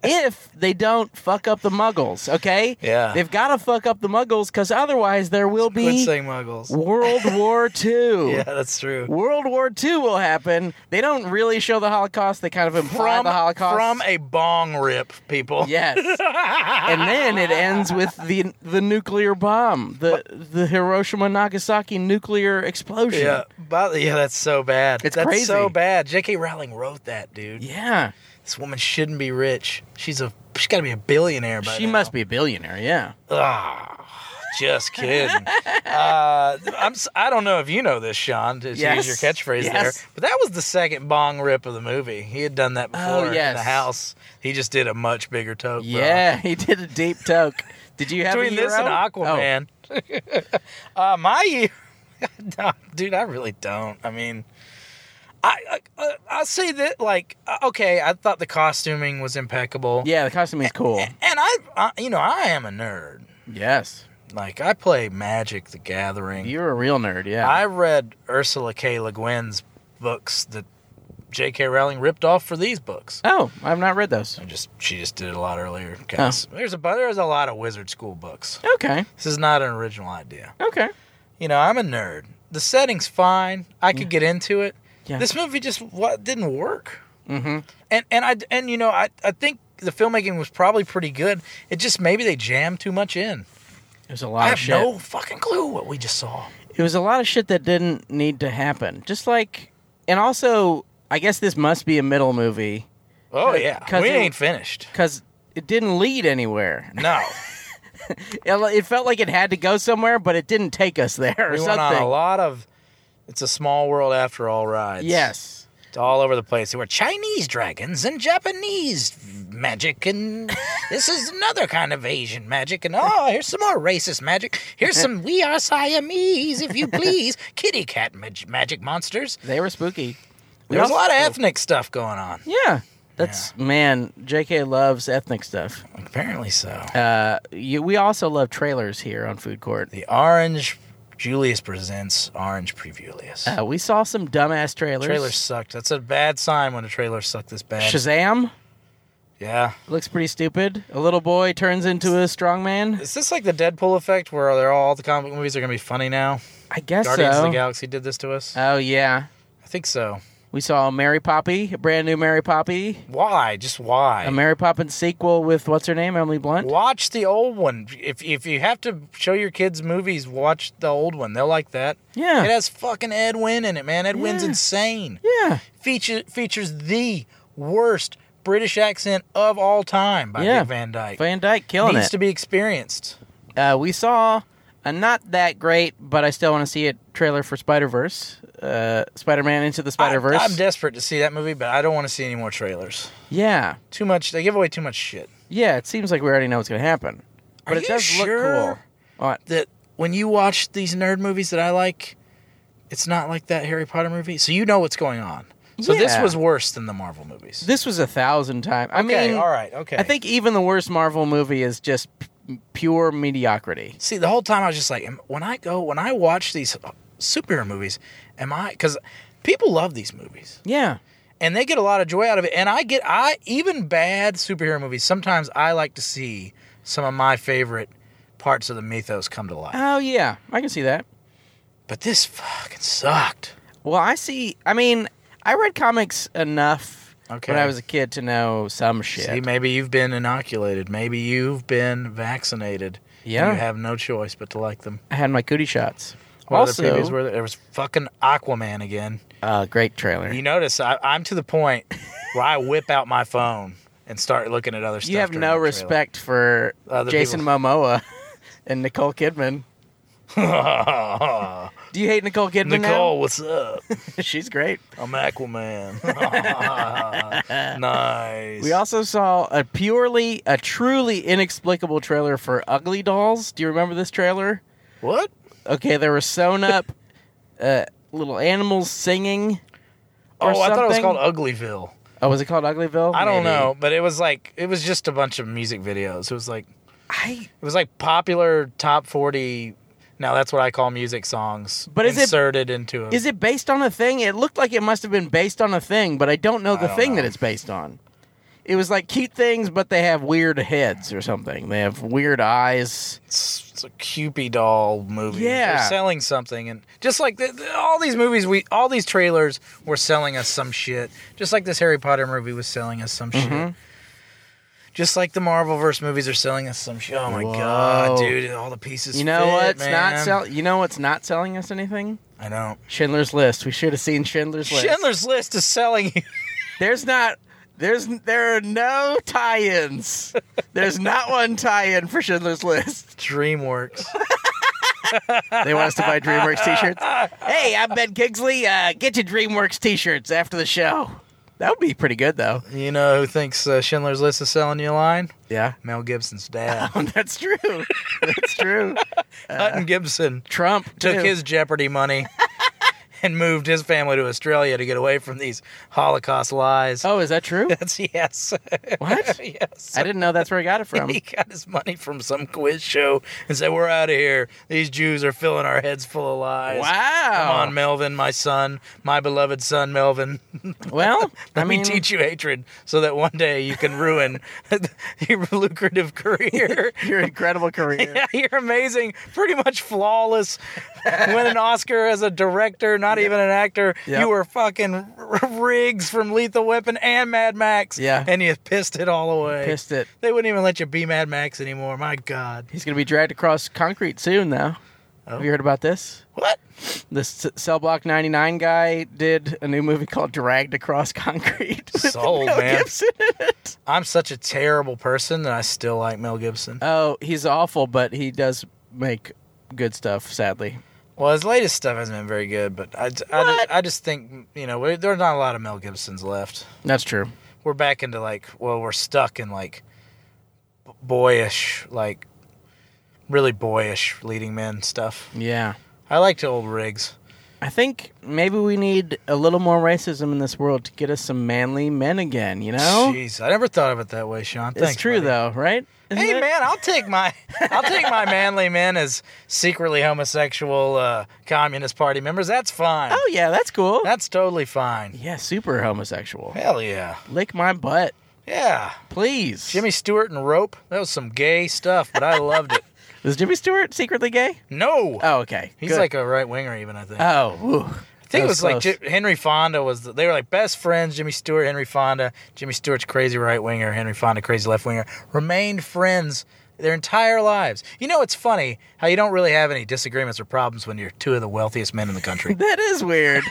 Speaker 1: if they don't fuck up the muggles, okay?
Speaker 2: Yeah.
Speaker 1: They've got to fuck up the muggles because otherwise there will
Speaker 2: Quit
Speaker 1: be
Speaker 2: saying muggles.
Speaker 1: World War II.
Speaker 2: Yeah, that's true.
Speaker 1: World War II will happen. They don't really show the Holocaust. They kind of imply
Speaker 2: From
Speaker 1: the Holocaust.
Speaker 2: from a bong rip, people.
Speaker 1: yes, and then it ends with the the nuclear bomb, the the Hiroshima Nagasaki nuclear explosion.
Speaker 2: Yeah, but yeah, that's so bad.
Speaker 1: It's
Speaker 2: that's
Speaker 1: crazy.
Speaker 2: so bad. J.K. Rowling wrote that, dude.
Speaker 1: yeah.
Speaker 2: This woman shouldn't be rich. She's a she's got to be a billionaire by
Speaker 1: She
Speaker 2: now.
Speaker 1: must be a billionaire. Yeah.
Speaker 2: Ah, just kidding. uh, I'm. s- I don't know if you know this, Sean. To
Speaker 1: Yes.
Speaker 2: use your catchphrase there,
Speaker 1: Yes.
Speaker 2: but that was the second bong rip of the movie. He had done that
Speaker 1: Oh,
Speaker 2: before in
Speaker 1: yes.
Speaker 2: the house. He just did a much bigger tote. bro.
Speaker 1: Yeah, he did a deep toke. Did you have
Speaker 2: Between
Speaker 1: a Euro?
Speaker 2: this and Aquaman,
Speaker 1: Oh.
Speaker 2: uh, my year, No, dude, I really don't. I mean, I, I I'll say that like uh, okay, I thought the costuming was impeccable.
Speaker 1: Oh, yeah, the costume is cool.
Speaker 2: and I, I you know, I am a nerd.
Speaker 1: Yes,
Speaker 2: Like I play Magic the Gathering.
Speaker 1: you're a real nerd. Yeah.
Speaker 2: I read Ursula K. Le Guin's books that J.K. Rowling ripped off for these books.
Speaker 1: oh, I've not read those.
Speaker 2: I just she just did it a lot earlier. Guys.
Speaker 1: Oh.
Speaker 2: There's a bu- there's a lot of wizard school books.
Speaker 1: Okay.
Speaker 2: This is not an original idea.
Speaker 1: Okay.
Speaker 2: You know, I'm a nerd. The setting's fine. I could get into it.
Speaker 1: Yeah.
Speaker 2: This movie just what didn't work.
Speaker 1: Mm-hmm.
Speaker 2: And and I and you know I I think the filmmaking was probably pretty good. It just maybe they jammed too much in.
Speaker 1: There's a
Speaker 2: I
Speaker 1: lot of Oh,
Speaker 2: have
Speaker 1: shit.
Speaker 2: no fucking clue what we just saw.
Speaker 1: it was a lot of shit that didn't need to happen. Just like, and also, I guess this must be a middle movie
Speaker 2: Oh
Speaker 1: 'Cause-
Speaker 2: yeah,
Speaker 1: 'cause
Speaker 2: we
Speaker 1: it-
Speaker 2: ain't finished.
Speaker 1: because it didn't lead anywhere.
Speaker 2: No.
Speaker 1: It, it felt like it had to go somewhere, but it didn't take us there or
Speaker 2: we
Speaker 1: something.
Speaker 2: went on a lot of it's a small world after all rides
Speaker 1: yes.
Speaker 2: it's all over the place there were chinese dragons and japanese magic and this is another kind of asian magic and oh here's some more racist magic here's some we are siamese if you please kitty cat mag- magic monsters
Speaker 1: They were spooky. We
Speaker 2: there's a
Speaker 1: also-
Speaker 2: lot of ethnic stuff going on
Speaker 1: Yeah. That's, man, JK loves ethnic stuff.
Speaker 2: apparently so
Speaker 1: Uh, you, we also love trailers here on Food Court.
Speaker 2: the orange julius presents orange prevulius
Speaker 1: Uh, we saw some dumbass trailers.
Speaker 2: Trailer sucked. That's a bad sign when a trailer sucked this bad.
Speaker 1: Shazam
Speaker 2: yeah.
Speaker 1: looks pretty stupid. A little boy turns into a strong man.
Speaker 2: Is this like the Deadpool effect where they're all, all the comic book movies are going to be funny now?
Speaker 1: I guess
Speaker 2: Guardians
Speaker 1: so.
Speaker 2: of the Galaxy did this to us?
Speaker 1: Oh yeah,
Speaker 2: I think so.
Speaker 1: we saw Mary Poppy, a brand new Mary Poppy,
Speaker 2: Why? Just why?
Speaker 1: a Mary Poppins sequel with what's her name, Emily Blunt.
Speaker 2: watch the old one. If, if you have to show your kids movies, watch the old one. They'll like that.
Speaker 1: Yeah.
Speaker 2: It has fucking Ed Wynn in it, man. Ed Wynn's
Speaker 1: Yeah.
Speaker 2: insane.
Speaker 1: Yeah,
Speaker 2: Feature, features the worst British accent of all time by
Speaker 1: Yeah.
Speaker 2: Dick Van Dyke.
Speaker 1: Van Dyke killing
Speaker 2: Needs
Speaker 1: it.
Speaker 2: to be experienced.
Speaker 1: uh, we saw a not that great, but I still want to see it trailer for Spider Verse, uh, Spider Man into the Spider
Speaker 2: I, I'm
Speaker 1: Verse.
Speaker 2: desperate to see that movie, but I don't want to see any more trailers.
Speaker 1: yeah,
Speaker 2: Too much. They give away too much shit.
Speaker 1: yeah. It seems like we already know what's gonna happen, but
Speaker 2: Are
Speaker 1: it
Speaker 2: you
Speaker 1: does
Speaker 2: sure?
Speaker 1: look cool. What?
Speaker 2: that when you watch these nerd movies that I like, it's not like that Harry Potter movie. So you know what's going on. So this
Speaker 1: Yeah.
Speaker 2: was worse than the Marvel movies.
Speaker 1: This was a thousand times. I
Speaker 2: okay,
Speaker 1: mean,
Speaker 2: all right, okay.
Speaker 1: I think even the worst Marvel movie is just p- pure mediocrity.
Speaker 2: See, the whole time I was just like, am- when I go, when I watch these uh, superhero movies, am I? Because people love these movies
Speaker 1: Yeah.
Speaker 2: and they get a lot of joy out of it. And I get, I even bad superhero movies. Sometimes I like to see some of my favorite parts of the mythos come to life.
Speaker 1: Oh yeah, I can see that.
Speaker 2: But this fucking sucked.
Speaker 1: Well, I see. I mean, I read comics enough
Speaker 2: Okay.
Speaker 1: when I was a kid to know some shit.
Speaker 2: See, maybe you've been inoculated. Maybe you've been vaccinated. and
Speaker 1: Yeah.
Speaker 2: You have no choice but to like them.
Speaker 1: I had my cootie shots.
Speaker 2: What
Speaker 1: also,
Speaker 2: other previews were there? There was fucking Aquaman again.
Speaker 1: uh, great trailer.
Speaker 2: You
Speaker 1: You,
Speaker 2: notice I, I'm to the point where I whip out my phone and start looking at other stuff.
Speaker 1: have
Speaker 2: during
Speaker 1: no
Speaker 2: the trailer.
Speaker 1: respect for
Speaker 2: Other
Speaker 1: Jason
Speaker 2: people.
Speaker 1: Momoa and Nicole Kidman. Do you hate Nicole Kidman?
Speaker 2: Nicole, what's up?
Speaker 1: now? she's great.
Speaker 2: I'm Aquaman. nice.
Speaker 1: We also saw a purely, a truly inexplicable trailer for Ugly Dolls. Do you remember this trailer?
Speaker 2: what?
Speaker 1: Okay, there were sewn up uh, little animals singing.
Speaker 2: Oh,
Speaker 1: or
Speaker 2: I thought it was
Speaker 1: something.
Speaker 2: called Uglyville.
Speaker 1: Oh, was it called Uglyville?
Speaker 2: I don't
Speaker 1: Maybe.
Speaker 2: know, but it was like it was just a bunch of music videos. It was like
Speaker 1: I
Speaker 2: It was like popular top forty. Now that's what I call music songs.
Speaker 1: But is it-
Speaker 2: inserted into a,
Speaker 1: is it based on a thing? It looked like it must have been based on a thing, but I don't know the
Speaker 2: don't
Speaker 1: thing
Speaker 2: know.
Speaker 1: that it's based on. It was like cute things, but they have weird heads or something. They have weird eyes.
Speaker 2: It's, it's a Cupid doll movie.
Speaker 1: Yeah.
Speaker 2: They're selling something, and just like th- th- all these movies, we all these trailers were selling us some shit. Just like this Harry Potter movie was selling us some
Speaker 1: Mm-hmm.
Speaker 2: shit. Just like the Marvelverse movies are selling us some shit. Oh my god,
Speaker 1: Whoa.
Speaker 2: dude! All the pieces.
Speaker 1: You know
Speaker 2: fit,
Speaker 1: what's not
Speaker 2: man.
Speaker 1: sell? You know what's not selling us anything?
Speaker 2: I know.
Speaker 1: Schindler's List. We should have seen Schindler's List.
Speaker 2: Schindler's List is selling you.
Speaker 1: There's not. There's there are no tie-ins. There's not one tie-in for Schindler's List.
Speaker 2: DreamWorks.
Speaker 1: They want us to buy DreamWorks T-shirts. Hey, I'm Ben Kingsley. Uh, get your DreamWorks T-shirts after the show. That would be pretty good, though.
Speaker 2: you know who thinks uh, Schindler's List is selling you a line?
Speaker 1: Yeah,
Speaker 2: Mel Gibson's dad.
Speaker 1: Oh, that's true. That's true.
Speaker 2: Hutton Gibson
Speaker 1: Trump
Speaker 2: took
Speaker 1: too.
Speaker 2: his Jeopardy money and moved his family to Australia to get away from these Holocaust lies.
Speaker 1: Oh, is that true?
Speaker 2: That's yes.
Speaker 1: What?
Speaker 2: yes.
Speaker 1: I didn't know that's where I got it from.
Speaker 2: He got his money from some quiz show and said, We're out of here. These Jews are filling our heads full of lies. Come
Speaker 1: Wow.
Speaker 2: on, Melvin, my son, my beloved son, Melvin.
Speaker 1: Well, I
Speaker 2: Let
Speaker 1: mean,
Speaker 2: me teach you hatred so that one day you can ruin your lucrative career.
Speaker 1: your incredible career.
Speaker 2: Yeah, you're amazing. Pretty much flawless. Win an Oscar as a director, not even an actor.
Speaker 1: Yep.
Speaker 2: You were fucking R- Riggs from Lethal Weapon and Mad Max.
Speaker 1: Yeah.
Speaker 2: And you pissed it all away.
Speaker 1: Pissed it.
Speaker 2: They wouldn't even let you be Mad Max anymore. My God.
Speaker 1: He's going to be dragged across concrete soon, though. Have you heard about this?
Speaker 2: What?
Speaker 1: This S- Cell Block 99 guy did a new movie called Dragged Across Concrete. with
Speaker 2: Sold,
Speaker 1: Mel
Speaker 2: man.
Speaker 1: Gibson in it.
Speaker 2: I'm such a terrible person that I still like Mel Gibson.
Speaker 1: Oh, he's awful, but he does make good stuff, sadly.
Speaker 2: Well, his latest stuff hasn't been very good, but I, I,
Speaker 1: What?
Speaker 2: I just think, you know, there's not a lot of Mel Gibsons left.
Speaker 1: That's true.
Speaker 2: we're back into like well we're stuck in like b- boyish like really boyish leading men stuff
Speaker 1: Yeah.
Speaker 2: i liked old rigs
Speaker 1: I think maybe we need a little more racism in this world to get us some manly men again, you know?
Speaker 2: jeez i never thought of it that way sean
Speaker 1: it's
Speaker 2: Thanks,
Speaker 1: true,
Speaker 2: buddy.
Speaker 1: though, right? Isn't
Speaker 2: hey
Speaker 1: it?
Speaker 2: man i'll take my i'll take my manly men as secretly homosexual uh, communist party members that's fine
Speaker 1: Oh, yeah, that's cool.
Speaker 2: that's totally fine
Speaker 1: yeah, super homosexual.
Speaker 2: hell yeah
Speaker 1: Lick my butt,
Speaker 2: yeah
Speaker 1: please.
Speaker 2: jimmy stewart and rope that was some gay stuff but i loved it
Speaker 1: Is Jimmy Stewart secretly gay?
Speaker 2: no
Speaker 1: Oh, okay.
Speaker 2: he's
Speaker 1: Good.
Speaker 2: like a right winger even i think
Speaker 1: oh, whew.
Speaker 2: I think
Speaker 1: That
Speaker 2: it was like
Speaker 1: close.
Speaker 2: J- Henry Fonda was. The, they were like best friends. Jimmy Stewart, Henry Fonda. Jimmy Stewart's crazy right winger. Henry Fonda, crazy left winger. Remained friends their entire lives. You know, it's funny how you don't really have any disagreements or problems when you're two of the wealthiest men in the country.
Speaker 1: that is weird.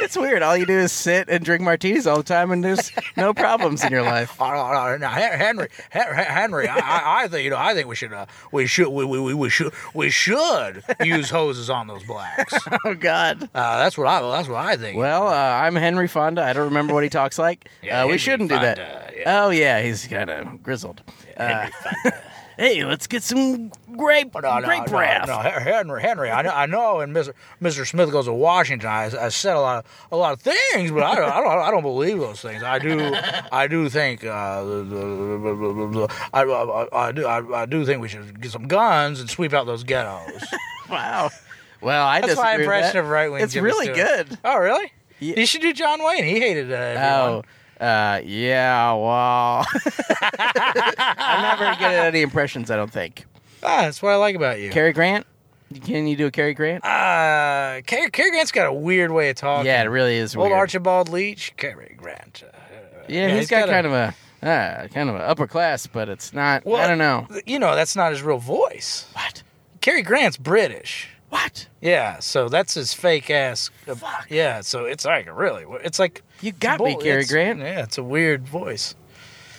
Speaker 1: it's weird. All you do is sit and drink martinis all the time, and there's no problems in your life.
Speaker 2: Oh, no, no, no, Hen- Henry, Hen- Hen- Henry, I- I, I think you know. I think we should, uh, we should, we, we, we- we should, we should use hoses on those blacks. Uh,
Speaker 1: Oh God.
Speaker 2: that's what I, that's what I think.
Speaker 1: Well, uh, I'm Henry Fonda. I don't remember what he talks like.
Speaker 2: Yeah,
Speaker 1: uh, we
Speaker 2: Henry
Speaker 1: shouldn't do that.
Speaker 2: Fonda, yeah.
Speaker 1: Oh yeah, he's kind of grizzled. Uh, hey, let's get some grape
Speaker 2: Oh, No, uh, no,
Speaker 1: grape
Speaker 2: no,
Speaker 1: wrath.
Speaker 2: No, Hen- Henry, Henry, I know, I know, and Mr. Mr. Smith goes to Washington. I, I said a lot, of, a lot of things, but I, don't- I don't, I don't believe those things. I do, I do think, uh, the- the- the- I, I, I do, I, I do think we should get some guns and sweep out those ghettos.
Speaker 1: Wow. Well, I
Speaker 2: That's
Speaker 1: disagree
Speaker 2: my
Speaker 1: with
Speaker 2: impression
Speaker 1: that.
Speaker 2: of right wing.
Speaker 1: It's really good.
Speaker 2: Oh, really?
Speaker 1: Ye-
Speaker 2: You should do John Wayne. He hated uh, everyone.
Speaker 1: Oh. Uh, yeah, well. I'm not very good at any impressions, I don't think.
Speaker 2: Ah, that's what I like about you.
Speaker 1: Cary Grant? Can you do a Cary Grant?
Speaker 2: uh, Cary, Cary Grant's got a weird way of talking.
Speaker 1: Yeah, it really is
Speaker 2: Old
Speaker 1: weird.
Speaker 2: Archibald Leach, Cary Grant. uh,
Speaker 1: yeah,
Speaker 2: yeah,
Speaker 1: he's
Speaker 2: he's
Speaker 1: got,
Speaker 2: got a-
Speaker 1: kind of a uh, kind of a upper class, but it's not.
Speaker 2: Well,
Speaker 1: I don't know.
Speaker 2: You know, that's not his real voice.
Speaker 1: What?
Speaker 2: Cary Grant's British.
Speaker 1: What?
Speaker 2: Yeah, so that's his fake ass. Uh, Yeah, so it's like really, it's like
Speaker 1: You got me,
Speaker 2: bull-
Speaker 1: Cary
Speaker 2: it's-
Speaker 1: Grant.
Speaker 2: Yeah, it's a weird voice.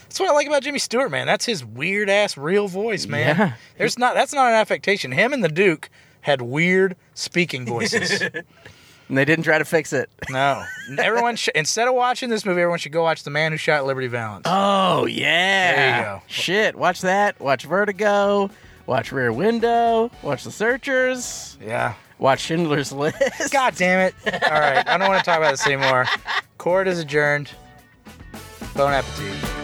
Speaker 2: That's what I like about Jimmy Stewart, man. That's his weird ass real voice, man.
Speaker 1: Yeah.
Speaker 2: There's not that's not an affectation. Him and the Duke had weird speaking voices.
Speaker 1: And they didn't try to fix it.
Speaker 2: no, everyone sh- instead of watching this movie, everyone should go watch The Man Who Shot Liberty Valance.
Speaker 1: Oh yeah.
Speaker 2: There you go.
Speaker 1: Shit. Watch that. Watch Vertigo. Watch Rear Window. Watch The Searchers.
Speaker 2: yeah.
Speaker 1: Watch Schindler's List.
Speaker 2: God damn it. All right. I don't want to talk about this anymore. Court is adjourned. Bon appetit.